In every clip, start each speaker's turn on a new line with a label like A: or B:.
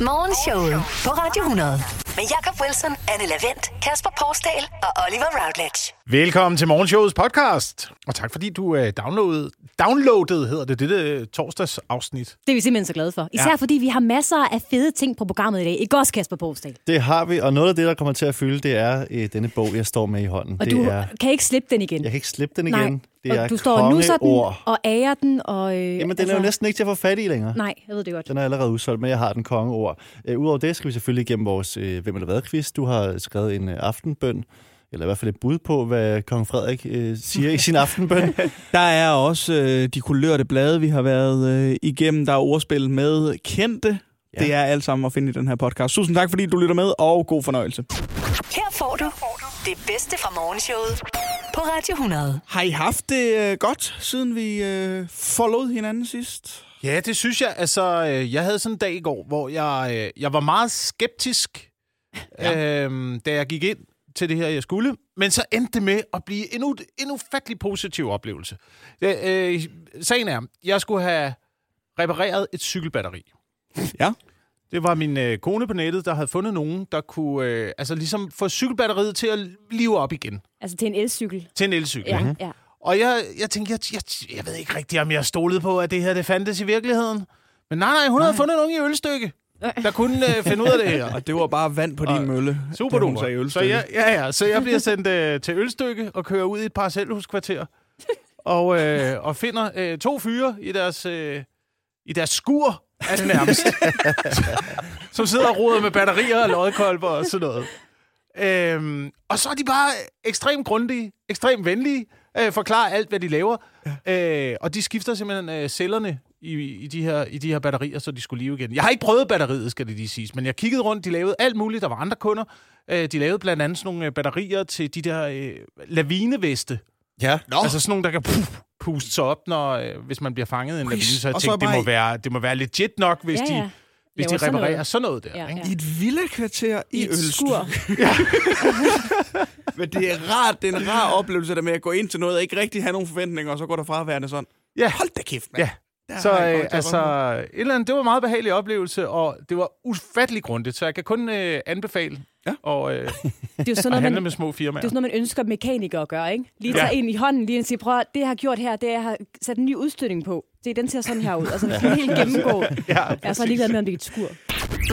A: Morgenshowet på Radio 100. Med Jakob Wilson, Anne Lavendt, Kasper Porsdal og Oliver Routledge.
B: Velkommen til Morgenshowets podcast. Og tak fordi du øh, downloadede, downloadede hedder det, dette øh, torsdagsafsnit.
C: Det er vi simpelthen så glade for. Især
B: Ja.
C: ja. fordi vi har masser af fede ting på programmet i dag. Ikke også, Kasper Bogstad?
D: Det har vi, og noget af det, der kommer til at fylde, det er øh, denne bog, jeg står med i hånden.
C: Og
D: det
C: du
D: er,
C: kan ikke slippe den igen.
D: jeg kan ikke slippe den
C: Nej,
D: igen. Det
C: og
D: er
C: du står og nusser den
D: kongeord.
C: og ærer den. Og, øh,
D: Jamen, den er jo næsten ikke til at få fat i længere.
C: Nej, jeg ved det godt.
D: Den er allerede udsolgt, men jeg har den kongeord. Øh, Udover det skal vi selvfølgelig igennem vores øh, Hvem eller hvad quiz. Du har skrevet en øh, aftenbøn, eller i hvert fald et bud på, hvad kong Frederik øh, siger i sin aftenbøn.
E: Der er også øh, de kulørte blade, vi har været øh, igennem. Der er ordspil med kendte.
D: Ja.
E: Ja. Det er alt sammen at finde i den her podcast. Tusind tak, fordi du lytter med, og god fornøjelse.
A: Her får du det bedste fra morgenshowet på Radio 100.
E: Har I haft det øh, godt, siden vi øh, forlod hinanden sidst?
B: Ja, det synes jeg. Altså, øh, jeg havde sådan en dag i går, hvor jeg, øh, jeg var meget skeptisk, ja. øh, da jeg gik ind til det her, jeg skulle. Men så endte det med at blive en, ud, en ufattelig positiv oplevelse. Det, øh, sagen er, jeg skulle have repareret et cykelbatteri.
E: Ja.
B: Det var min øh, kone på nettet, der havde fundet nogen, der kunne øh, altså ligesom få cykelbatteriet til at live op igen
C: Altså til en elcykel.
B: til en elcykel.
C: Ja,
B: ikke?
C: ja.
B: Og jeg, jeg tænkte, jeg, jeg, jeg ved ikke rigtigt, om jeg stolede på, at det her det fandtes i virkeligheden. Men nej, nej, hun havde fundet nogen i Ølstykke, der kunne øh, finde ud af det her.
E: Og det var bare vand på din
B: Og-
E: mølle.
B: Super
E: da hun sagde
B: duper. Så
E: ølstykke.
B: jeg, ja, ja, så jeg bliver sendt øh, til Ølstykke og kører ud i et parcelhuskvarter. Og, øh, og finder øh, to fyre i deres, øh, i deres skur, er det nærmest. som sidder og roder med batterier og lodkolber og sådan noget. Øhm, og så er de bare ekstremt grundige, ekstremt venlige, øh, forklarer alt, hvad de laver. Ja. Øh, og de skifter simpelthen øh, cellerne i, i, de her, i de her batterier, så de skulle live igen. Jeg har ikke prøvet batteriet, skal det lige siges, men jeg kiggede rundt, de lavede alt muligt. Der var andre kunder. Øh, de lavede blandt andet sådan nogle øh, batterier til de der øh, lavineveste.
D: ja.
B: Nå. Altså sådan nogle, der kan puff, puste sig op, når, øh, hvis man bliver fanget i en lavine. Så jeg
E: Og så
B: tænkte, det,
E: bare
B: må
E: i-
B: være, det må være legit nok, hvis de...
C: ja, ja.
B: Hvis
C: Laver
B: de
C: sådan
B: reparerer
C: noget.
B: sådan noget der,
C: Ja,
B: ikke?
C: ja.
E: I et villakvarter i,
C: I
E: i
C: et skur.
E: Men det er rart, det er en rar oplevelse der med at gå ind til noget og ikke rigtig have nogen forventninger, og så går der fraværende sådan.
B: Ja.
E: Hold da kæft, mand.
B: Ja.
E: Der
B: Så
E: har
B: øh,
E: jeg kommet til at
B: altså, et eller andet, det var en meget behagelig oplevelse, og det var ufattelig grundigt, så jeg kan kun øh, anbefale
E: Ja.
B: og, øh,
C: Det er jo
B: at
C: sådan
B: handle
C: noget,
B: med
C: man,
B: små
C: det er
B: firmaer.
C: sådan noget, man ønsker mekanikere at gøre, ikke? Lige
B: Ja.
C: tage en i hånden, lige og sige, prøv at- det jeg har gjort her, det er, jeg har sat en ny udstødning på. Det, den ser sådan her ud. Altså, det skal helt gennemgå.
B: Ja,
C: Jeg er så ligeglad med, om det er et skur.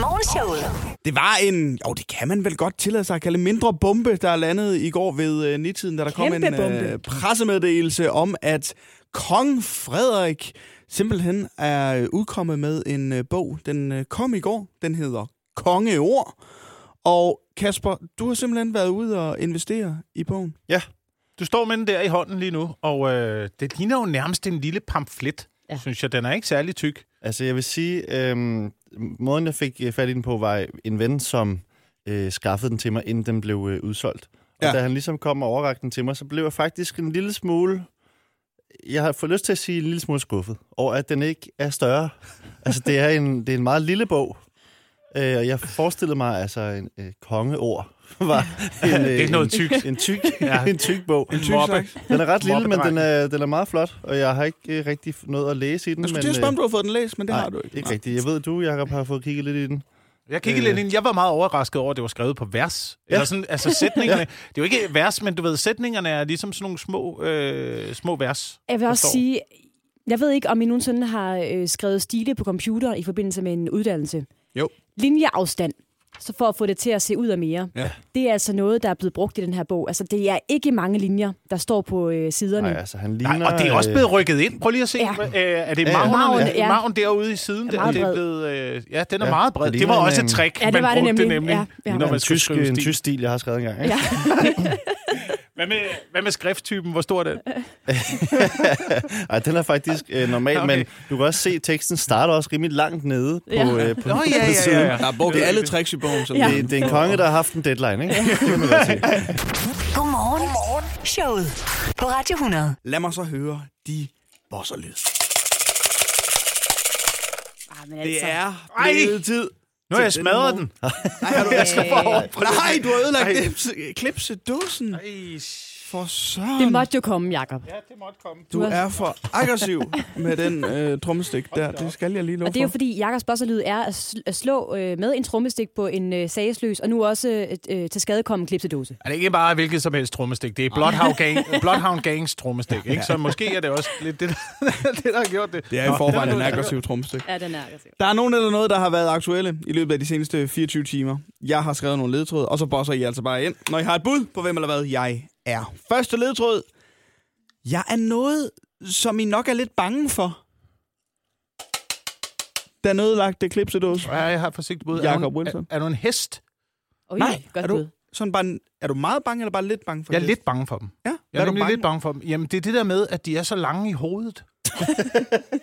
A: Morgenshowet.
E: Det var en... Jo, det kan man vel godt tillade sig at kalde mindre bombe, der landede i går ved øh, nitiden, da der
C: Kæmpe
E: kom en øh,
C: bombe.
E: pressemeddelelse om, at kong Frederik simpelthen er øh, udkommet med en øh, bog. Den øh, kom i går. Den hedder Kongeord. Og Kasper, du har simpelthen været ude og investere i bogen.
B: Du står med den der i hånden lige nu, og øh, det ligner jo nærmest en lille pamflet, ja.
C: Ja.
B: synes jeg. Den er ikke særlig tyk.
D: Altså, jeg vil sige, øhm, måden jeg fik øh, fat i den på, var en ven, som øh, skaffede den til mig, inden den blev øh, udsolgt. Og
E: Ja.
D: ja. da han ligesom kom og overrakte den til mig, så blev jeg faktisk en lille smule... Jeg har fået lyst til at sige en lille smule skuffet over, at den ikke er større. altså, det er en, det er en meget lille bog. Øh, og jeg forestillede mig, altså, en øh, kongeord var en, øh,
B: Det er noget tykt.
D: En, en, tyk,
B: Ja.
D: ja. en tyk bog.
B: En
E: tyk
B: mobbe.
E: slags.
D: Den er ret lille, men den
B: Mobbedreng.
D: er, den er meget flot, og jeg har ikke øh, rigtig nået at læse i den.
E: Jeg skulle
D: men,
E: til at spørge,
D: øh,
E: om du har fået den læst, men det har du ikke.
D: ikke
E: Nej.
D: rigtigt. Jeg ved, at du, Jacob, har fået kigget lidt i den.
B: Jeg kiggede
E: Øh.
B: lidt ind. Jeg var meget overrasket over, at det var skrevet på vers. Ja. Eller sådan, altså sætningerne. ja. Det er jo ikke vers, men du ved, sætningerne er ligesom sådan nogle små, øh, små vers.
C: Jeg vil også
B: forstår.
C: sige, jeg ved ikke, om I nogensinde har øh, skrevet stile på computer i forbindelse med en uddannelse.
E: Jo.
C: Linjeafstand, så for at få det til at se ud af mere.
E: Ja.
C: Det er altså noget, der er blevet brugt i den her bog. Altså, det er ikke mange linjer, der står på øh, siderne.
D: Nej, altså, han ligner...
B: Nej, og det er også
D: øh,
B: blevet rykket ind. Prøv lige at se.
C: Ja.
B: Ja. Øh, er det
D: Ja, ja.
B: maven, ja.
C: Marven, ja.
B: maven derude i siden?
C: Er
B: Der,
C: meget
B: det er
C: bred.
B: blevet, øh, ja, den er
D: Ja,
B: meget bred.
D: det
B: Det var
D: ligner
B: også
D: en,
B: et trick,
C: Ja, det
B: man
C: var det
B: brugte
C: nemlig.
B: nemlig
C: Ja, ja.
B: når
D: øh, en,
B: man skulle
D: tysk,
B: skrive
D: en
B: stil.
D: tysk stil, jeg har skrevet engang. Ikke?
C: Ja.
B: Hvad med, hvad med skrifttypen? Hvor stor er den?
D: Ej, den er faktisk øh, normal,
B: Okay.
D: okay. men du kan også se, at teksten starter også rimelig langt nede på,
C: Ja.
D: øh, på,
B: Nå,
D: på
B: ja, ja, ja,
D: siden.
B: ja.
E: Der er brugt alle tricks i bogen. Så
C: Ja.
E: det-
D: Det, det er en konge, der har haft en deadline, ikke? Det må jeg sige.
A: Godmorgen. Godmorgen. Showet på Radio 100.
E: Lad mig så høre de bosserlyd.
C: Ah, men
E: Det
C: altså,
E: er
B: Ej!
E: blevet tid.
B: Nu har jeg
E: til
B: smadret
E: morgen.
B: den.
E: Nej, har du,
C: Øh.
E: Nej, du har ødelagt klipse, klipsedåsen.
B: Ej,
E: for søren.
C: Det måtte jo komme, Jakob.
B: Ja, det måtte komme.
E: Du er for aggressiv med den øh, trommestik der. Det skal jeg lige love
C: Og det er jo
E: for.
C: fordi, Jakobs bosserlyd er at sl- at slå øh, med en trommestik på en øh, sagesløs, og nu også øh, øh, til skadekommen klipsedose.
B: Er det ikke bare hvilket som helst trommestik? Det er Bloodhound, Gang, Bloodhound Gangs trommestik, ikke? Så måske er det også lidt det, der, det, der har gjort det.
E: Det er i forvejen en aggressiv trommestik.
C: Ja, den er aggressiv.
E: Der er nogen eller noget, der har været aktuelle i løbet af de seneste 24 timer. Jeg har skrevet nogle ledtråde, og så bosser I altså bare ind, når I har et bud på, hvem eller hvad jeg er. Første ledtråd. Jeg er noget, som I nok er lidt bange for. Den ødelagte klipsedåse.
B: Ja, jeg har forsigtigt bud.
E: Jacob
B: er, du en,
E: Wilson.
B: er, er du en hest?
C: Oj,
E: Nej,
C: godt
E: er du-
C: bud.
E: Sådan bare, en- er du meget bange, eller bare lidt bange for
B: Jeg er
E: det?
B: lidt bange for dem.
E: Ja,
B: Jeg
E: hvad
B: er
E: er du
B: nemlig
E: bange
B: lidt bange for dem. Jamen, det er det der med, at de er så lange i hovedet.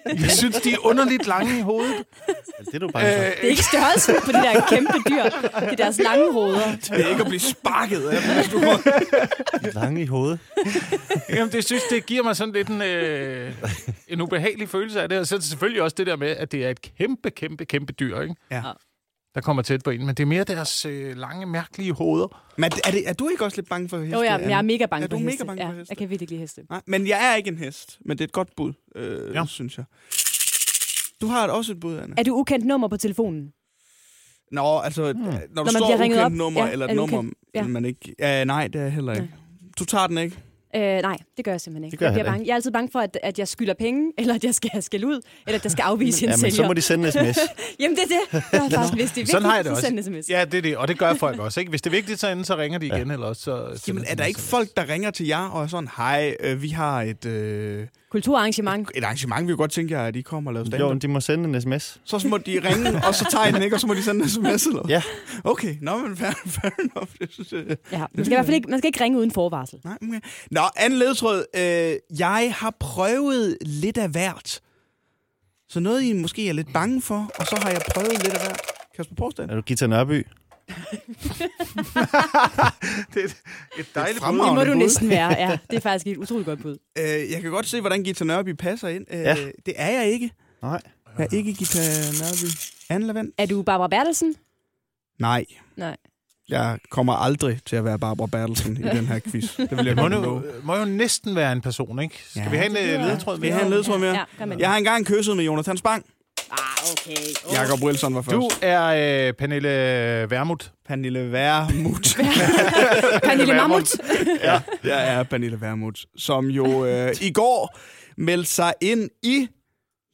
B: jeg synes, de er underligt lange i hovedet.
D: Ja, det er du bange for.
B: Øh,
E: Altså.
C: Det er ikke størrelsen på de der kæmpe dyr. Det er deres lange hoveder.
E: Det er ikke at blive sparket af, dem, hvis du må.
B: Øh.
D: De er Lange i hovedet.
B: Jamen, det synes, det giver mig sådan lidt en, øh, en ubehagelig følelse af det. Og så er det selvfølgelig også det der med, at det er et kæmpe, kæmpe, kæmpe dyr, ikke?
E: Ja.
B: Der kommer tæt på en. Men det er mere deres øh, lange, mærkelige hoveder.
E: Men er, det- er, det, er du ikke også lidt bange for heste?
C: Jo, jeg, jeg er
E: Anne?
C: mega bange
E: Er du
C: for
E: mega
C: heste.
E: bange for
C: ja,
E: heste?
C: jeg kan virkelig ikke lide heste.
E: Nej, men jeg er ikke en hest, men det er et godt bud, øh,
B: Ja.
E: ja. synes jeg. Du har et- også et bud, Anna.
C: Er du ukendt nummer på telefonen?
E: Nå, altså, hmm. når du
C: man
E: når står
C: bliver ringet
E: ukendt
C: op,
E: nummer,
C: ja,
E: eller
C: er
E: et
C: du
E: nummer,
C: kendt? Ja.
E: ja. man ikke... Ja, nej, det er jeg heller ikke. Du tager den ikke?
C: Øh, nej, det gør jeg simpelthen ikke.
D: Det gør jeg
C: jeg,
D: heller
C: bange. jeg er altid bange for, at, at jeg skylder penge, eller at jeg skal have skæld ud, eller at jeg skal afvise en
D: Ja, men
C: sælger.
D: så må de sende en sms.
C: Jamen, det er det. Jeg har faktisk, hvis det er vigtigt,
B: Sådan har jeg det
C: så
B: også.
C: send en sms.
B: Ja, det er det. Og det gør folk også, ikke? Hvis det er vigtigt, så, enten, så ringer de igen, ja. eller også så...
E: Jamen, er der ikke folk, der ringer til jer og er sådan, hej, øh, vi har et, øh,
C: Kulturarrangement.
E: et arrangement, vi kunne godt tænke jer, at I kommer og laver stand
D: Jo, men de må sende en sms.
E: Så må de ringe, og så tager I den ikke, og så må de sende en sms eller hvad?
D: Ja.
E: Okay, nå, men fair, fair enough. Jeg synes, øh,
C: Ja, man skal i hvert fald ikke, man skal ikke ringe uden forvarsel.
E: nej, okay. Nå, anden ledtråd. Øh, jeg har prøvet lidt af hvert. Så noget, I måske er lidt bange for, og så har jeg prøvet lidt af hvert. Kasper Porsdal.
D: Er du Gita Nørby?
B: Det er et dejligt
E: bud.
C: Det må
E: Magne
C: du
E: Bud.
C: næsten være. Ja, det er faktisk et utroligt godt bud.
E: Øh, jeg kan godt se, hvordan Gita Nørby passer ind. Øh,
D: Ja.
E: ja. Det er jeg ikke.
D: Nej.
E: Jeg er ikke Gita Nørby. Anne Lavend?
C: Er du Barbara Bertelsen?
E: Nej.
C: Nej.
E: Jeg kommer aldrig til at være Barbara Bertelsen i den her quiz. Det vil jeg
B: Det må,
E: godt
B: nu,
E: love.
B: må jo næsten være en person, ikke? Skal ja.
E: Ja.
B: vi have en øh, ledetråd
E: Skal
B: med?
E: jeg have en ledtråd mere?
C: Ja, gør man.
E: Jeg har engang kysset med Jonathan Spang.
C: Ah, okay. Oh.
E: Jakob Wilson var først.
B: Du er øh, Pernille Vermut.
E: Pernille Vermut.
C: Pernille Mammut.
E: ja, jeg er Pernille Vermut, som jo øh, i går meldte sig ind i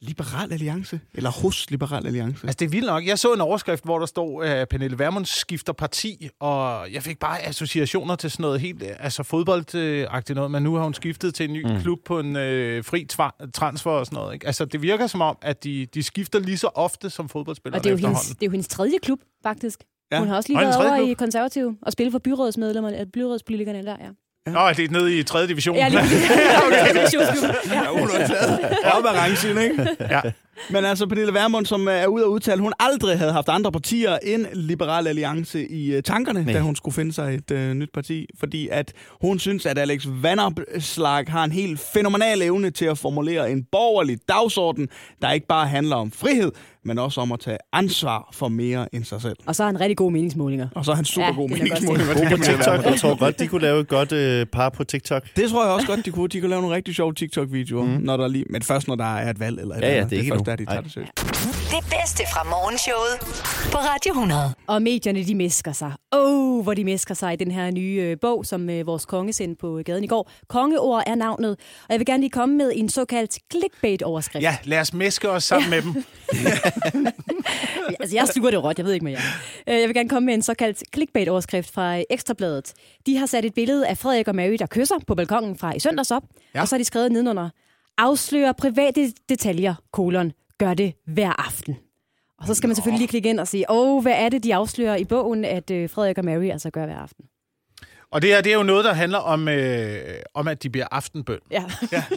E: Liberal Alliance. Eller hos Liberal Alliance.
B: Altså, det er vildt nok. Jeg så en overskrift, hvor der stod, at Pernille Vermund skifter parti, og jeg fik bare associationer til sådan noget helt øh, altså fodboldagtigt noget, men nu har hun skiftet til en ny mm. klub på en øh, fri tva- transfer og sådan noget. Ikke? Altså, det virker som om, at de, de skifter lige så ofte som fodboldspillere
C: Og det er, jo hendes,
B: efterhånden.
C: det er jo hendes tredje klub, faktisk.
E: Ja.
C: Hun har også lige
B: Og hendes
C: været over
B: tredje
C: i konservativ og spille for byrådsmedlemmerne, eller byrådspolitikerne der, ja.
B: Nå, det er nede i 3. division.
C: Ja, lige præcis. ja.
E: Ja, hun er taget op af rangsen, ikke?
B: Ja.
E: Men altså, Pernille Vermund, som er ude og udtale, hun aldrig havde haft andre partier end Liberal Alliance i øh, tankerne,
D: Nej.
E: da hun skulle finde sig et øh, nyt parti. Fordi at hun synes, at Alex Vanderslag har en helt fænomenal evne til at formulere en borgerlig dagsorden, der ikke bare handler om frihed, men også om at tage ansvar for mere end sig selv.
C: Og så har han rigtig gode meningsmålinger.
E: Og så er han super
C: Ja,
E: god
C: det er
E: meningsmål.
C: godt
D: Gode på TikTok. Jeg tror godt, de kunne lave et godt øh, par på TikTok.
E: Det tror jeg også godt, de kunne. De kunne lave nogle rigtig sjove TikTok-videoer, mm. når der lige, men først når der er et valg. Eller et
D: Ja, ja,
E: eller andet.
D: det er ikke
E: først,
D: nu.
E: der, de tager
D: Nej.
E: det seriøst.
A: Det bedste fra morgenshowet på Radio 100.
C: Og medierne, de mesker sig. Åh, oh, hvor de mesker sig i den her nye øh, bog, som øh, vores konge sendte på øh, gaden i går. Kongeord er navnet, og jeg vil gerne lige komme med en såkaldt clickbait-overskrift.
B: ja, lad os mæske os sammen med dem.
C: altså, jeg sluger det råt, jeg ved ikke med jer. Øh, Jeg vil gerne komme med en såkaldt clickbait-overskrift fra øh, Ekstrabladet. De har sat et billede af Frederik og Mary, der kysser på balkongen fra i søndags op, ja. og så har de skrevet nedenunder, afslører private detaljer, kolon, gør det hver aften. Og så skal man selvfølgelig lige klikke ind og sige, åh, oh, hvad er det, de afslører i bogen, at øh, Frederik og Mary altså gør hver aften?
B: Og det her, det er jo noget, der handler om, øh, om at de bliver aftenbøn
C: Ja,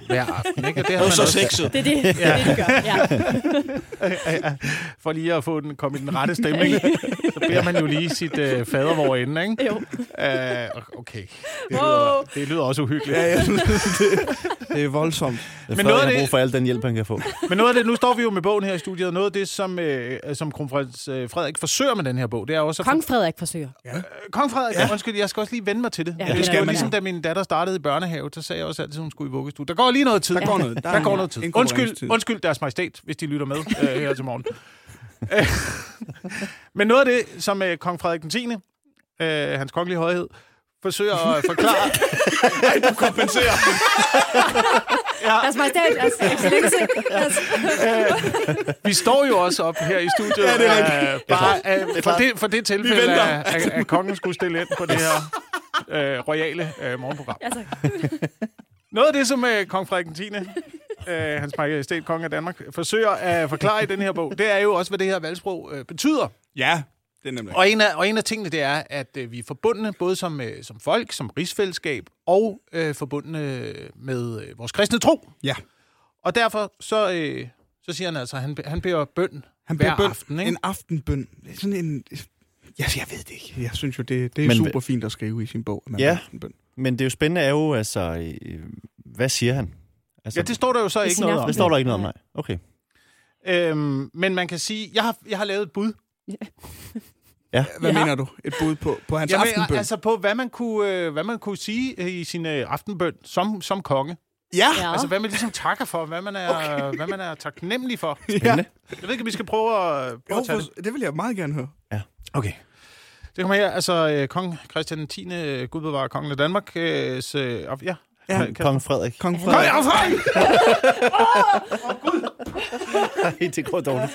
B: hver aften. Ikke? Og det har man også-
E: sexet.
C: det er det, det, er det de gør. Ja.
B: for lige at få den komme i den rette stemning, så beder man jo lige sit øh, fadervor inden, ikke?
C: Jo.
B: Øh, okay. Det
C: Wow.
B: lyder, det lyder også uhyggeligt.
E: Ja, jeg synes, det, det er voldsomt.
D: Men
B: noget
D: noget
B: af
D: har
B: det-
D: brug for al den hjælp, han kan få.
B: Men noget af det, nu står vi jo med bogen her i studiet, og noget af det, som, øh, som kronprins øh, Frederik forsøger med den her bog, det er også... at-
C: Kong Frederik forsøger.
B: Kong Frederik, ja. Øh, undskyld, jeg skal også lige vende mig til det.
C: Ja,
B: Ja,
C: det
B: det
C: er
B: skal jo
C: man,
B: ligesom,
C: ja.
B: da min datter startede i børnehave, så sagde jeg også altid, at hun skulle i vuggestue. Der går lige noget tid.
E: Der går noget.
B: Der,
E: er en-
B: går noget tid.
E: en konkurrencetid.
B: Undskyld, undskyld deres majestæt, hvis de lytter med øh, her til morgen. Øh, Men noget af det, som øh, kong Frederik den 10., øh, hans kongelige højhed, forsøger at forklare... Ej, du kompenserer.
C: Deres majestæt, altså, excellence. Altså,
B: Vi står jo også op her i studiet.
E: Ja, det er rigtigt.
B: øh, bare, øh, for, det, for det tilfælde,
E: venter.
B: at, at, at kongen skulle stille ind på det her øh, royale øh, morgenprogram.
C: altså,
B: Noget af det, som øh, kong Frederik den 10., øh, hans majestæt konge af Danmark, forsøger at forklare i den her bog, det er jo også, hvad det her valgsprog øh, betyder.
E: Ja, det er nemlig.
B: Og en af, og en af tingene, det er, at øh, vi er forbundne både som, øh, som folk, som rigsfællesskab, og øh, forbundne med øh, vores kristne tro.
E: Ja.
B: Og derfor så, øh, så siger han altså, at han, be- han beder bøn
E: Han
B: hver
E: beder bøn,
B: aften. Ikke?
E: En aftenbøn. Det er Sådan en... Jeg, jeg ved det ikke. Jeg synes jo, det, det er
D: Men-
E: super fint at skrive i sin bog, at man
D: Ja.
E: har aftenbøn.
D: Men det er jo spændende er jo, altså, øh, hvad siger han? Altså,
B: Ja, det står der jo så ikke
C: sin
B: noget om.
D: det står der ikke noget om, nej. Okay.
B: Øhm, men man kan sige, jeg har, jeg har lavet et bud.
E: Hvad
C: Ja.
E: ja. mener du? Et bud på, på hans
B: Jamen,
E: aftenbøn?
B: altså på, hvad man kunne, øh, hvad man kunne sige øh, i sin øh, aftenbøn som, som konge.
E: ja.
C: ja.
B: Altså, hvad man ligesom takker for, hvad man er, okay. hvad man er taknemmelig for.
E: ja.
B: Jeg ved ikke, om vi skal prøve at, prøve
E: Jo,
B: at tage det.
E: for, det vil jeg meget gerne høre.
B: Okay. Det kommer her, altså øh, kong Christian 10. øh, Gud bevare kongen af Danmark. Øh, så, og, ja.
E: Ja.
B: Kan-
D: Kong Frederik.
E: Kong
B: Kom
E: Frederik.
B: her, Frederik!
D: Nej, det går dårligt.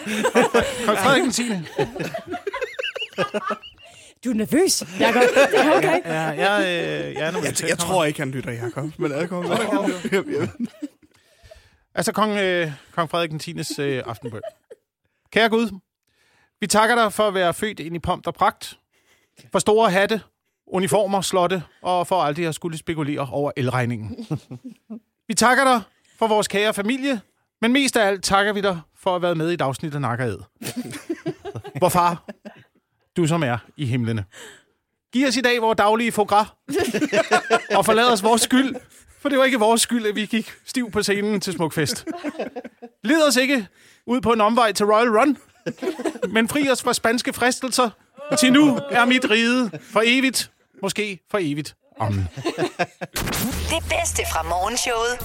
B: Kong Frederik den 10.
C: du er nervøs, Jacob. Det er okay.
B: Ja, jeg, øh, jeg er
E: Jeg,
B: nervøs.
E: jeg tror ikke, han lytter, Jacob. Men lad komme.
B: Altså kong, øh, kong Frederik den 10. Øh, aftenbøn. Kære Gud, vi takker dig for at være født ind i pomp og pragt, for store hatte, uniformer, slotte og for aldrig at skulle spekulere over elregningen. Vi takker dig for vores kære familie, men mest af alt takker vi dig for at have været med i et afsnit af Nakkered. Hvor far, du som er i himlene. Giv os i dag vores daglige foie gras, og forlad os vores skyld, for det var ikke vores skyld, at vi gik stiv på scenen til Smukfest. Led os ikke ud på en omvej til Royal Run, men fri os fra spanske fristelser. Til nu er mit ride for evigt, måske for evigt. Amen.
A: Det bedste fra morgenshowet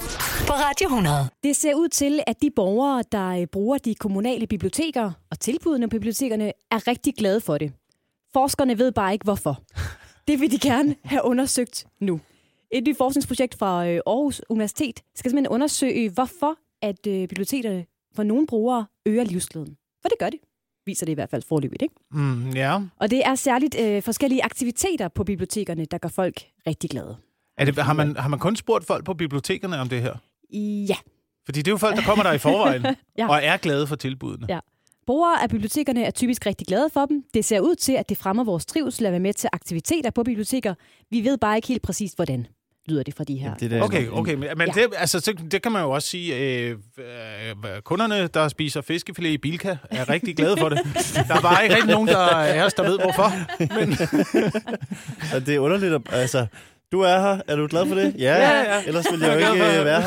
A: på Radio 100.
C: Det ser ud til, at de borgere, der øh, bruger de kommunale biblioteker og tilbudene på bibliotekerne, er rigtig glade for det. Forskerne ved bare ikke, hvorfor. Det vil de gerne have undersøgt nu. Et nyt forskningsprojekt fra øh, Aarhus Universitet skal simpelthen undersøge, hvorfor at øh, bibliotekerne for nogle brugere øger livsglæden. For det gør det, viser det i hvert fald forløbigt. Ikke?
B: Mm, ja.
C: Og det er særligt øh, forskellige aktiviteter på bibliotekerne, der gør folk rigtig glade.
B: Er det, har, man, har man kun spurgt folk på bibliotekerne om det her?
C: Ja,
B: Fordi det er jo folk, der kommer der i forvejen,
C: Ja.
B: ja. og er glade for tilbudene.
C: Ja. Brugere af bibliotekerne er typisk rigtig glade for dem. Det ser ud til, at det fremmer vores trivsel at være med til aktiviteter på biblioteker. Vi ved bare ikke helt præcist, hvordan lyder det fra de her.
D: Det er da en-
B: Okay, okay, men men
C: Ja.
B: det, altså, det, det kan man jo også sige, øh, øh, kunderne, der spiser fiskefilet i Bilka, er rigtig glade for det. Der er bare ikke rigtig nogen, der er os, der ved hvorfor.
D: Og det er underligt, at- altså, du er her. Er du glad for det? Ja,
B: Ja, ja.
D: ellers ville jeg jo
B: Jeg er glad for
D: ikke øh,
B: det.
D: være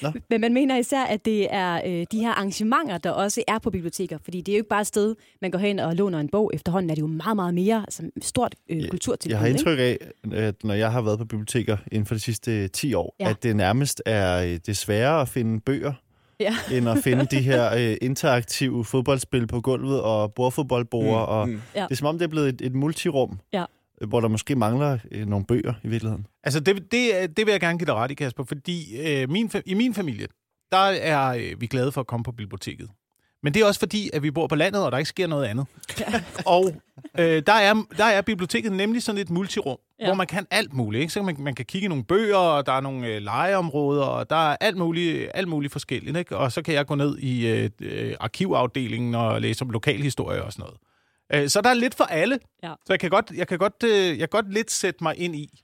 D: her.
C: Men man mener især, at det er øh, de her arrangementer, der også er på biblioteker. Fordi det er jo ikke bare et sted, man går hen og låner en bog. Efterhånden er det jo meget, meget mere altså, stort øh,
D: Ja,
C: kulturtilbud.
D: Jeg har
C: ikke?
D: indtryk af, at når jeg har været på biblioteker inden for de sidste 10 år,
C: Ja.
D: ja. at det nærmest er øh, det er sværere at finde bøger,
C: Ja.
D: end at finde de her øh, interaktive fodboldspil på gulvet og bordfodboldborde. Mm, og
E: mm.
D: mm.
C: Ja.
D: Ja. Det er som om, det er blevet et, et multirum,
C: Ja.
D: øh, hvor der måske mangler øh, nogle bøger i virkeligheden.
B: Altså, det, det, er- det vil jeg gerne give dig ret i, Kasper, fordi øh, min, fa- i min familie, der er øh, vi glade for at komme på biblioteket. Men det er også fordi, at vi bor på landet, og der ikke sker noget andet. og øh, der, er, der er biblioteket nemlig sådan et multirum,
C: Ja.
B: ja. hvor man kan alt muligt. Ikke? Så man, man kan kigge i nogle bøger, og der er nogle øh, legeområder, og der er alt muligt, alt muligt forskelligt. Ikke? Og så kan jeg gå ned i øh, øh, arkivafdelingen og læse om lokalhistorie og sådan noget. Øh, så der er lidt for alle.
C: Ja.
B: Så jeg kan, godt, jeg, kan godt, øh, jeg kan godt lidt sætte mig ind i,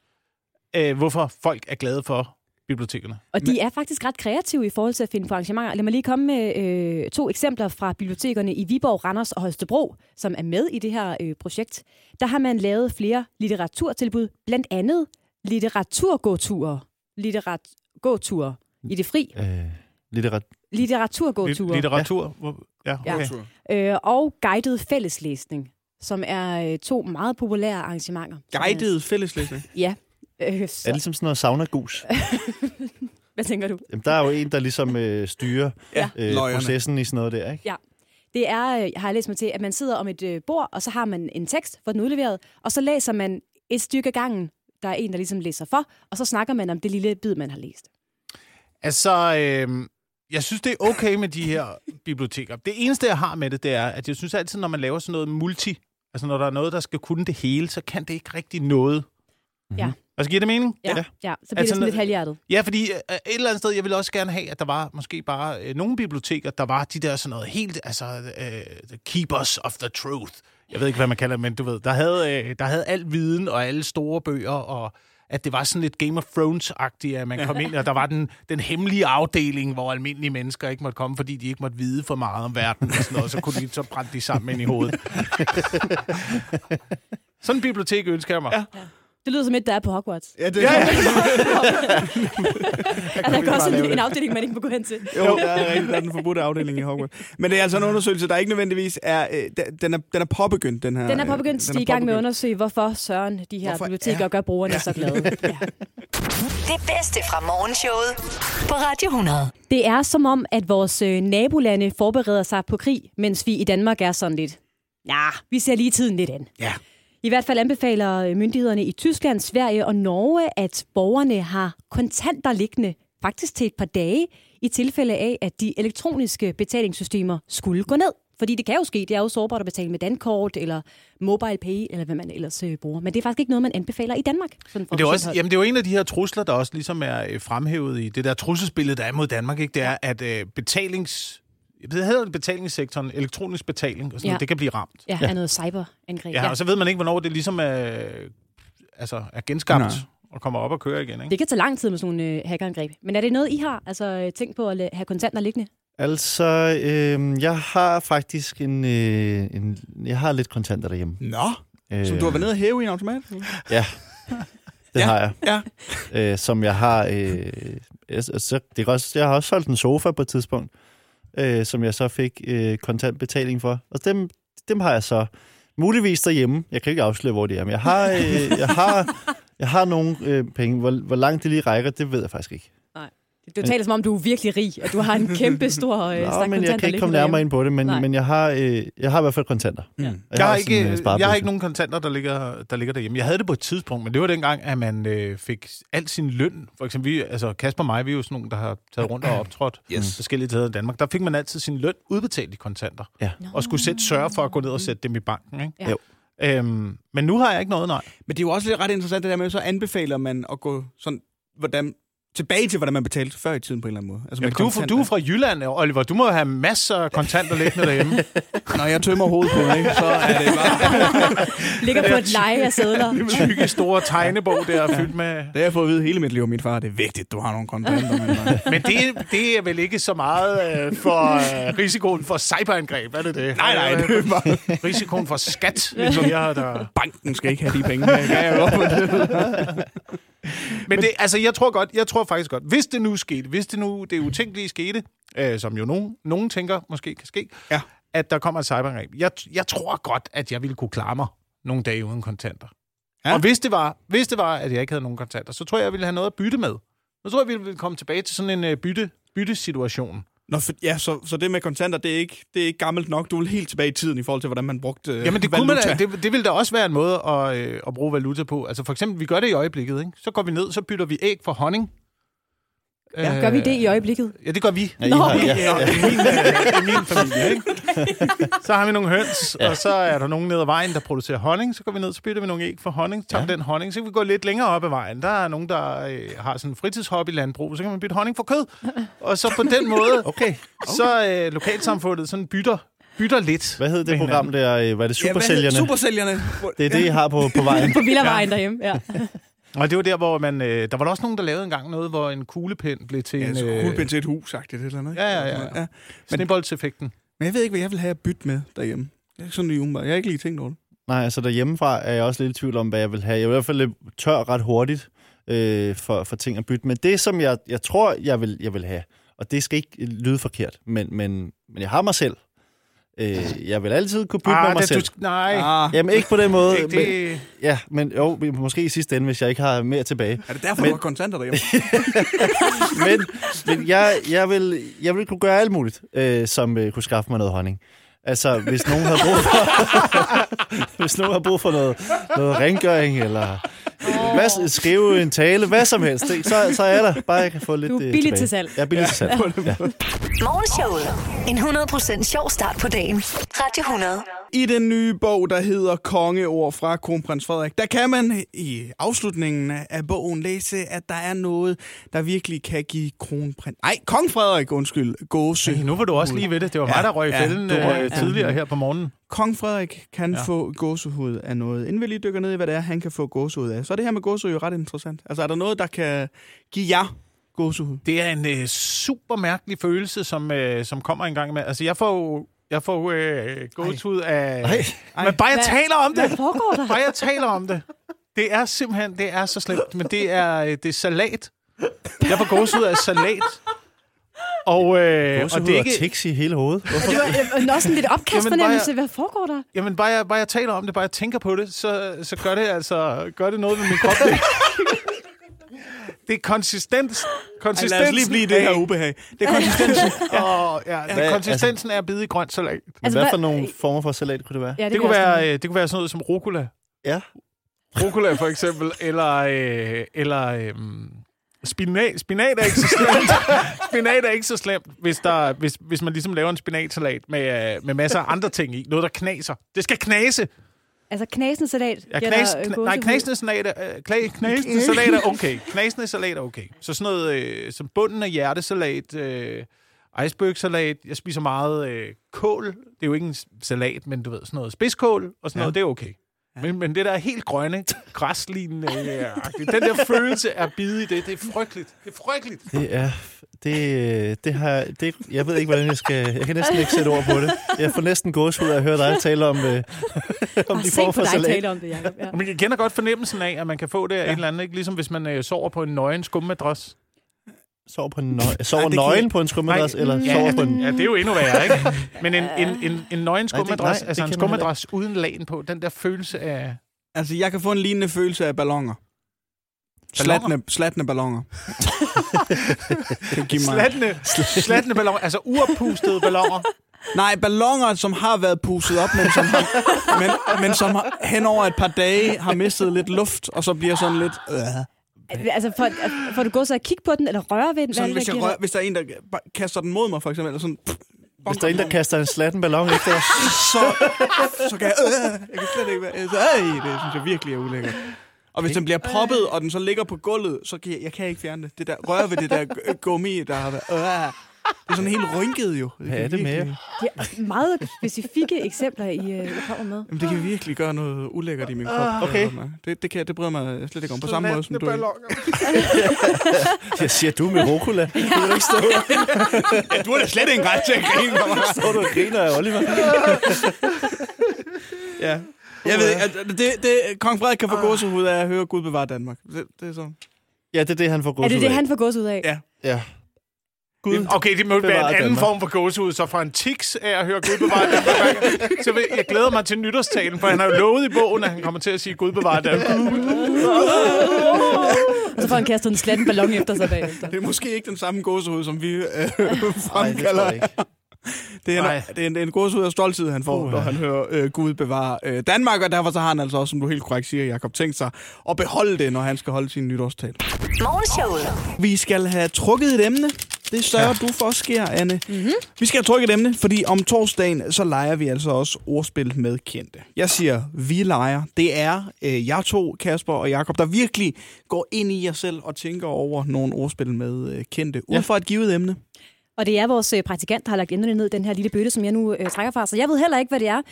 B: øh, hvorfor folk er glade for bibliotekerne.
C: Og de er faktisk ret kreative i forhold til at finde på arrangementer. Lad mig lige komme med øh, to eksempler fra bibliotekerne i Viborg, Randers og Holstebro, som er med i det her øh, projekt. Der har man lavet flere litteraturtilbud, blandt andet litteraturgåture. Litteratgåture i det fri.
D: Øh, litterat-
C: Litteraturgåture.
B: Litteratur. Ja, okay.
C: Øh, og guided fælleslæsning, som er øh, to meget populære arrangementer.
E: Guided fælleslæsning.
C: Ja. Øh,
D: Er det
C: så,
D: ligesom sådan noget sauna-gus?
C: hvad tænker du?
D: Jamen, der er jo en, der ligesom øh, styrer
E: Ja,
D: øh,
E: løjerne.
D: processen i sådan noget der, ikke?
C: Det er, øh, har jeg læst mig til, at man sidder om et øh, bord, og så har man en tekst, hvor den er udleveret, og så læser man et stykke af gangen. Der er en, der ligesom læser for, og så snakker man om det lille bid, man har læst.
B: Altså, øh, jeg synes, det er okay med de her biblioteker. Det eneste, jeg har med det, det er, at jeg synes altid, når man laver sådan noget multi, altså når der er noget, der skal kunne det hele, så kan det ikke rigtig noget.
C: Ja.
B: Altså, giver det mening?
C: Ja, ja. ja så bliver
B: Altså,
C: det sådan lidt
B: når-
C: halvhjertet.
B: Ja, fordi øh, et eller andet sted, jeg ville også gerne have, at der var måske bare øh, nogle biblioteker, der var de der sådan noget helt, altså øh, the keepers of the truth. Jeg ved ikke, hvad man kalder det, men du ved, der havde, øh, der havde al viden og alle store bøger, og at det var sådan lidt Game of Thrones-agtigt, at man kom ind, og der var den, den hemmelige afdeling, hvor almindelige mennesker ikke måtte komme, fordi de ikke måtte vide for meget om verden og sådan noget, så kunne de så brænde de sammen ind i hovedet. sådan en bibliotek ønsker jeg mig. Ja,
C: Det lyder som et, der er på Hogwarts.
E: Ja, det ja, ja.
C: Altså, der
B: bare
C: er også
B: lave
C: en,
B: det.
C: en afdeling, man ikke må gå hen til.
E: Jo, der er, rigtig, der er den forbudte afdeling i Hogwarts. Men det er altså en undersøgelse, der ikke nødvendigvis er... Øh, da- den, er den er påbegyndt, den her...
C: Den er
E: øh,
C: påbegyndt, de er i gang med at undersøge, hvorfor Søren de her
E: Hvorfor
C: hvorfor?
E: er-
C: biblioteker gør brugerne ja. så glade. Ja.
A: Det bedste fra morgenshowet på Radio 100.
C: Det er som om, at vores øh, nabolande forbereder sig på krig, mens vi i Danmark er sådan lidt... Ja, vi ser lige tiden lidt an.
E: Ja.
C: I hvert fald anbefaler øh, myndighederne i Tyskland, Sverige og Norge, at borgerne har kontanter liggende faktisk til et par dage, i tilfælde af, at de elektroniske betalingssystemer skulle gå ned. Fordi det kan jo ske, det er jo sårbart at betale med dankort eller mobile pay, eller hvad man ellers øh, bruger. Men det er faktisk ikke noget, man anbefaler i Danmark. Sådan fra
B: Men det, er jo også,
C: officielt hold.
B: jamen, det er jo en af de her trusler, der også ligesom er øh, fremhævet i det der trusselsbillede, der er mod Danmark, ikke? Det er, at øh, betalings... Det hedder det betalingssektoren, elektronisk betaling, og sådan
C: Ja.
B: ja. det kan blive ramt.
C: Ja, er noget cyberangreb.
B: Ja, ja, og så ved man ikke, hvornår det ligesom er, altså, er genskabt
E: Nej.
B: og kommer op og kører igen, ikke?
C: Det kan tage lang tid med sådan nogle øh, hackerangreb. Men er det noget, I har altså, øh, tænkt på at la- have kontanter liggende?
D: Altså, øh, jeg har faktisk en, øh, en... Jeg har lidt kontanter derhjemme.
E: Nå, som du har været nede og hæve i en automat?
D: Ja, det
E: Ja.
D: har jeg.
E: Ja.
D: øh, som jeg har... Øh, jeg, så, det kan også, jeg har også solgt en sofa på et tidspunkt, øh, som jeg så fik øh, kontantbetaling for. Og dem, dem har jeg så muligvis derhjemme. Jeg kan ikke afsløre, hvor det er, men jeg har, øh, jeg har, jeg har nogle øh, penge. Hvor, hvor langt det lige rækker, det ved jeg faktisk ikke.
C: Du taler som om, du er virkelig rig, og du har en kæmpe stor øh, stak
D: Nå, men
C: kontanter
D: jeg kan ikke komme nærmere ind på det, men,
C: Nej.
D: men jeg, har, øh, jeg har i hvert fald kontanter.
E: Ja.
D: Og
B: Jeg har, ikke,
D: sådan
B: jeg
D: en, øh,
B: har
D: sparepose.
B: ikke nogen kontanter, der ligger, der ligger derhjemme. Jeg havde det på et tidspunkt, men det var dengang, at man øh, fik al sin løn. For eksempel, vi, altså Kasper og mig, vi er jo sådan nogle, der har taget rundt og optrådt yes. forskellige steder i Danmark. Der fik man altid sin løn udbetalt i kontanter.
D: Ja.
B: Og skulle sætte sørge for at gå ned og sætte dem i banken. Ikke?
C: Ja. Jo.
B: Øhm, men nu har jeg ikke noget, nej.
E: Men det er jo også lidt ret interessant, det der med, så anbefaler man at gå sådan, hvordan, tilbage til, hvordan man betalte før i tiden på en eller anden måde. Altså,
B: Jamen,
E: med
B: du, er fra- du er
E: kontanter.
B: fra Jylland, Oliver. Du må have masser af kontanter liggende derhjemme.
E: Når jeg tømmer hovedet på, ikke, så er det bare...
C: Ligger på et leje af sædler.
B: Tykke, store tegnebog, der er fyldt med...
E: Det har jeg fået at vide hele mit liv, mit far, det er vigtigt, du har nogle kontanter. Men,
B: Men det, det er vel ikke så meget øh, for øh, risikoen for cyberangreb, er det det?
E: nej, nej, det er bare...
B: Risikoen for skat, hvis vi har der...
E: Øh, Banken skal ikke have de penge, det kan jeg godt fortælle.
B: Men det, altså, jeg tror godt, jeg tror faktisk godt, hvis det nu skete, hvis det nu det utænkelige skete, øh, som jo nogen, nogen tænker måske kan ske,
E: Ja.
B: at der kommer et cyberangreb. Jeg, jeg tror godt, at jeg ville kunne klare mig nogle dage uden kontanter.
E: Ja.
B: Ja. Og hvis det, var, hvis det var, at jeg ikke havde nogen kontanter, så tror jeg, jeg ville have noget at bytte med. Så tror jeg, vi ville komme tilbage til sådan en øh, bytte, byttesituation.
E: Nå, for, ja, så, så det med kontanter, det er, ikke, det er ikke gammelt nok. Du vil helt tilbage i tiden i forhold til, hvordan man brugte øh,
B: Jamen, det, kunne man,
E: valuta.
B: da- det, det ville da også være en måde at, øh, at bruge valuta på. Altså for eksempel, vi gør det i øjeblikket, ikke? Så går vi ned, så bytter vi æg for honning. Øh,
C: Ja, gør vi det i øjeblikket?
B: Ja, det gør vi.
D: Ja, I
C: Nå,
D: har, ja.
B: Ja, i min, øh, i min familie, ikke? Så har vi nogle høns, ja. og så er der nogen nede ad vejen, der producerer honning. Så går vi ned, så bytter vi nogle æg for honning, så tager ja. den honning. Så kan vi gå lidt længere op ad vejen. Der er nogen, der øh, har sådan en fritidshobby landbrug, så kan man bytte honning for kød. Og så på den måde, okay. så øh, lokalsamfundet sådan bytter, bytter lidt.
D: Hvad hed det
B: med
D: program der? øh, Var det
E: Ja, hvad hedder-
D: Supersælgerne?
E: Supersælgerne.
D: Det er det, I har på, på vejen.
C: På Villavejen derhjemme, ja.
B: Og det var der, hvor man... Øh, der var der også nogen, der lavede en gang noget, hvor en kuglepen blev til
E: Ja,
B: en...
E: så
B: Øh,
E: kuglepind til et hus, sagt det eller noget.
B: Ja, ja, ja.
E: ja.
B: snibboldseffekten.
E: Men jeg ved ikke, hvad jeg vil have at bytte med derhjemme. Det er ikke sådan lige umiddelbart. Jeg har ikke lige tænkt over det.
D: Nej, altså derhjemmefra er jeg også lidt i tvivl om, hvad jeg vil have. Jeg er i hvert fald lidt tør ret hurtigt øh, for, for ting at bytte. Men det, som jeg, jeg øh, tror, jeg vil, jeg vil have, og det skal ikke lyde forkert, men, men, men jeg har mig selv, Øh, jeg vil altid kunne bytte ah, med
B: Ah,
D: mig
B: det,
D: selv.
B: du, sk- nej. Ah,
E: Ah,
D: Jamen ikke på den måde.
B: det,
D: Men,
B: det,
D: ja, men jo, men måske i sidste ende, hvis jeg ikke har mere tilbage.
E: er det derfor, men... du har kontanter derhjemme?
D: Men, men jeg, jeg, vil, jeg vil kunne gøre alt muligt, øh, som øh, kunne skaffe mig noget honning. Altså, hvis nogen har brug for, hvis nogen har brug for noget, noget rengøring, eller oh. hvad, skrive en tale, hvad som helst, ikke? så, så er jeg der. Bare jeg kan få lidt
C: Du er
D: øh,
C: billig
D: tilbage.
C: til salg.
D: Jeg er billig ja. til salg. Ja.
A: Morgenshowet. En 100% sjov start på dagen. Radio 100.
E: I den nye bog, der hedder Kongeord fra kronprins Frederik, der kan man i afslutningen af bogen læse, at der er noget, der virkelig kan give kronprins... Nej, kong Frederik, undskyld, gåse.
B: nu var du også lige ved det. Det var ja, mig, der røg i
E: ja,
B: fælden
E: du røg i
B: ja, øh,
E: fælden.
B: tidligere her på morgenen.
E: Kong Frederik kan ja.
B: Ja.
E: få gåsehud af noget. Inden vi lige dykker ned i, hvad det er, han kan få gåsehud af, så er det her med gåsehud jo ret interessant. Altså, er der noget, der kan give jer gåsehud?
B: Det er en øh, super mærkelig følelse, som, øh, som kommer en gang med. Altså, jeg får jo- jeg får jo, øh, gåtud af...
D: Nej.
B: Men bare jeg
C: Hvad-
B: taler om det!
C: Hvad foregår der?
B: Bare jeg taler om det. Det er simpelthen, det er så slemt, men det er, øh, det er salat. Jeg får gåsehud af salat. Og, øh, og det er ikke,
D: tiks i hele hovedet. Hvorfor?
C: Det var øh, også en lidt opkast
B: Jamen, bare-
C: fornemmelse. Hvad foregår der?
B: jamen bare jeg, bare jeg taler om det, bare jeg tænker på det, så, så gør det altså gør det noget med min krop. Det, det er konsistens.
E: Ej,
B: konsistens
E: lad os lige blive i det her ubehag.
C: Altså,
E: Det er konsistensen.
B: Og, ja,
D: Hvad-
B: Hvad, konsistensen altså, er at bide i grønt salat. Det,
C: Altså,
D: hvad
C: hvad-
D: for nogle former for salat kunne det være?
C: Ja,
B: det, kunne være, øh, det kunne være sådan noget som rucola.
D: Ja.
B: Rucola for eksempel, eller, øh, eller øh, spinat. Spinat er ikke så slemt. spinat er ikke så slemt, hvis, der, hvis, hvis man ligesom laver en spinatsalat med, øh, med masser af andre ting i. Noget, der knaser. Det skal knase.
C: Altså knasende salat.
B: Ja,
C: giver
B: knas,
C: dig, øh,
B: kn- nej,
C: gåsehud.
B: knasende salat er, øh, kla- knasende salat er okay. Knasende salat er okay. Så sådan noget øh, som bunden af hjertesalat, øh, icebergsalat. Jeg spiser meget øh, kål. Det er jo ikke en s- salat, men du ved, sådan noget spidskål og sådan
E: Ja.
B: ja. noget, det er okay. Men, men det der helt grønne, græslignende, øh, den der følelse af at bide i det, det er frygteligt. Det er frygteligt.
D: Det er... Det, det har, det, jeg ved ikke, hvordan jeg skal... Jeg kan næsten ikke sætte ord på det. Jeg får næsten gåsehud af at høre dig tale om, øh, om
C: Bare
D: de
C: Ah, se
D: former
C: på
D: for
C: dig
D: salat.
C: tale om det, Jacob. Ja.
B: Og man kender godt fornemmelsen af, at man kan få det af ja. et eller andet, ikke? ligesom hvis man øh, sover på en nøgen skummadras.
D: Sover, på en nøg- sover
E: det kan
D: nøgen
E: jeg-
D: på en skummadras,
B: Nej,
D: eller
B: ja,
D: sover på en...
B: Ja, det er jo endnu værre, ikke? Men en, en, en, en nøgen
D: Nej, det-
B: skummadras,
D: nej, det
B: altså en
D: kan man heller
B: skummadras uden lagen på, den der følelse af...
E: Altså, jeg kan få en lignende følelse af ballonger. Slatne, slatne ballonger. det giver mig.
B: Slattende, slattende balloner, altså urpustede balloner.
E: Nej, ballonger, som har været pustet op, men som, har, men, men som har, hen over et par dage har mistet lidt luft, og så bliver sådan lidt... Øh.
C: Altså, får, får du gået så at kigge på den, eller røre ved den? Hvad
E: Sådan,
C: er det,
E: hvis,
C: der
E: jeg
C: giver
E: rør, hvis der er en, der bare kaster den mod mig, for eksempel, eller sådan... Pff,
D: Hvis der er en, der kaster en slatten ballon efter os,
E: så, så kan jeg... Øh, jeg kan slet ikke være... Altså, øh, det synes jeg virkelig er ulækkert. Og hvis den bliver
C: Øh.
E: proppet, og den så ligger på gulvet, så kan jeg, jeg kan ikke fjerne det. det der, røre ved det der g- gummi, der har været... Øh, det er sådan helt rynket jo.
D: Hvad er det med jer?
E: virkelig,
C: Det er meget specifikke eksempler, I, øh, I kommer med.
E: Jamen, det kan virkelig gøre noget ulækkert i min krop.
D: Ah. okay.
E: Øh, Det, det, kan, jeg- det bryder jeg mig slet ikke om. På samme måde, som du ikke.
D: jeg siger, du er med rucola. Du er ikke stå,
E: Du har da slet ikke ret til at grine, kammerat.
D: står du og griner af Oliver.
E: Ja. Jeg ved ikke, at det, det, Kong Frederik
D: Ah.
E: kan få gåsehud af at høre Gud bevare Danmark. Det, det er så.
D: Ja, det er det, han får gåsehud
C: Er det det,
D: af.
C: han får gås ud af?
E: Ja.
D: Ja. Gud.
B: Okay, det må være en
D: Bevare
B: anden
D: Danmark.
B: form for gåsehud, så fra en tiks af at høre Gud bevare Danmark. Så vil, jeg glæder mig til nytårstalen, for han har jo lovet i bogen, at han kommer til at sige Gud bevare Danmark.
C: Og så får han kastet en slatten ballon efter sig bagefter.
E: Det er måske ikke den samme gåsehud, som vi øh,
D: Nej, det tror
E: fremkalder.
D: jeg ikke.
E: det, er
B: Nej.
E: en, det, er en, det er en gåsehud af stolthed, han
D: Uh.
E: får, når han hører øh, Gud bevare øh, Danmark. Og derfor så har han altså også, som du helt korrekt siger, Jakob, tænkt sig at beholde det, når han skal holde sin nytårstal.
A: Morgenshowet.
E: Vi skal have trukket et emne. Det sørger ja. du for, sker, Anne. Mm-hmm. Vi skal have trukket et emne, fordi om torsdagen, så leger vi altså også ordspil med kendte. Jeg siger, vi leger. Det er øh, jer to, Kasper og Jakob, der virkelig går ind i jer selv og tænker over nogle ordspil med øh, kendte, ud fra et givet emne.
C: Og det er vores øh, praktikant, der har lagt emnerne ned i den her lille bøtte, som jeg nu øh, trækker fra. Så jeg ved heller ikke, hvad det er.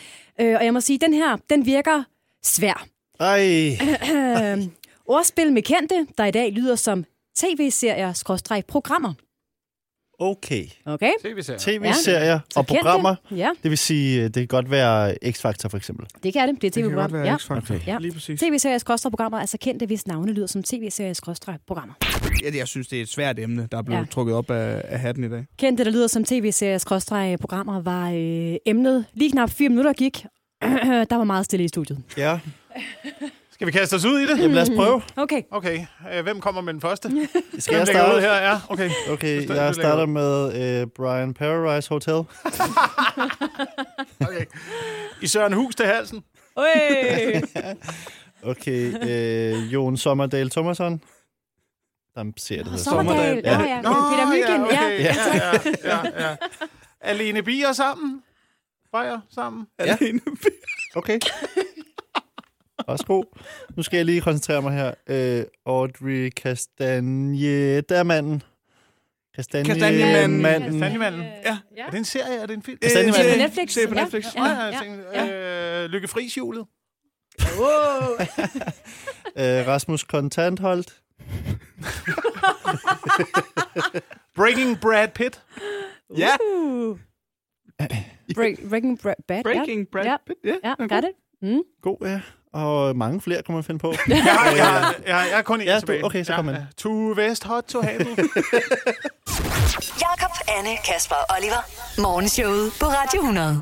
C: Øh, og jeg må sige, den her, den virker svær.
D: Ej,
C: Øh, ordspil med kendte, der i dag lyder som tv-serier-programmer.
D: Okay.
C: Okay?
B: TV-serier.
D: TV-serier og
C: Kendt
D: programmer.
C: Det? Ja,
D: Det vil sige, øh, det kan godt være øh, X-Factor for eksempel.
C: det kan det. Det er
E: Det kan
C: tv-program.
E: godt være
C: ja.
E: X-Factor.
C: Ja.
E: Lige præcis.
C: TV-serier-programmer er så Altså, kendte, hvis navne lyder som tv-serier-programmer.
E: Jeg, jeg synes, det er et svært emne, der er blevet
C: Ja.
E: ja. trukket op af, af hatten i dag.
C: Kendte, der lyder som tv-serier-programmer, var øh, emnet. Lige knap fire minutter gik. der var meget stille i studiet.
D: Ja.
B: Skal vi kaste os ud i det?
D: Jamen, lad os prøve.
C: Okay.
B: Okay, øh, hvem kommer med den første? Hvem
D: Skal jeg
B: lægger ud
D: starte?
B: her? Ja, okay. Du
D: Okay, jeg
B: lægger
D: starter
B: ud.
D: med øh, Brian Paradise Hotel.
B: okay. I Søren Hus til halsen.
C: Øh.
D: Okay, øh, Jon Sommerdal Thomasson. Der ser det.
C: Sommerdal.
E: Sommerdal.
C: Ja. Nå, ja. Med Peter Myggen. Ja,
B: okay. ja, ja, ja, ja. Alene bier sammen. Bejer sammen.
E: Ja.
D: Okay. Også god. Nu skal jeg lige koncentrere mig her. Øh, Audrey Castaneda-manden.
E: Kastanjemanden.
D: Kastanjemanden.
B: Sandimanden.
C: Øh,
E: Ja.
B: Er det en serie? Er det en film?
E: Øh,
B: Øh,
D: Kastanjemanden.
C: På Netflix.
E: Det er på
C: Ja.
E: Netflix.
B: ja, ja, jeg
C: ja,
B: tænkte,
C: ja.
B: øh, Lykke Friis julet.
D: Øh, Rasmus Kontantholdt.
B: Breaking Brad Pitt.
E: Ja.
C: Uh. Break, breaking Brad. Bad.
E: Breaking Brad
C: Ja.
E: Pitt. Ja,
C: Ja,
E: den er
C: gør
E: god.
C: det. Mm.
D: God, ja. Og mange flere kunne man finde på.
B: Jeg har, jeg har, jeg har, jeg har kun en
D: Ja, du-
B: tilbage.
D: okay, så kom
B: ja.
D: ind.
B: To West Hot to Handle.
A: Jakob, Anne, Kasper og Oliver. Morgenshowet på Radio 100.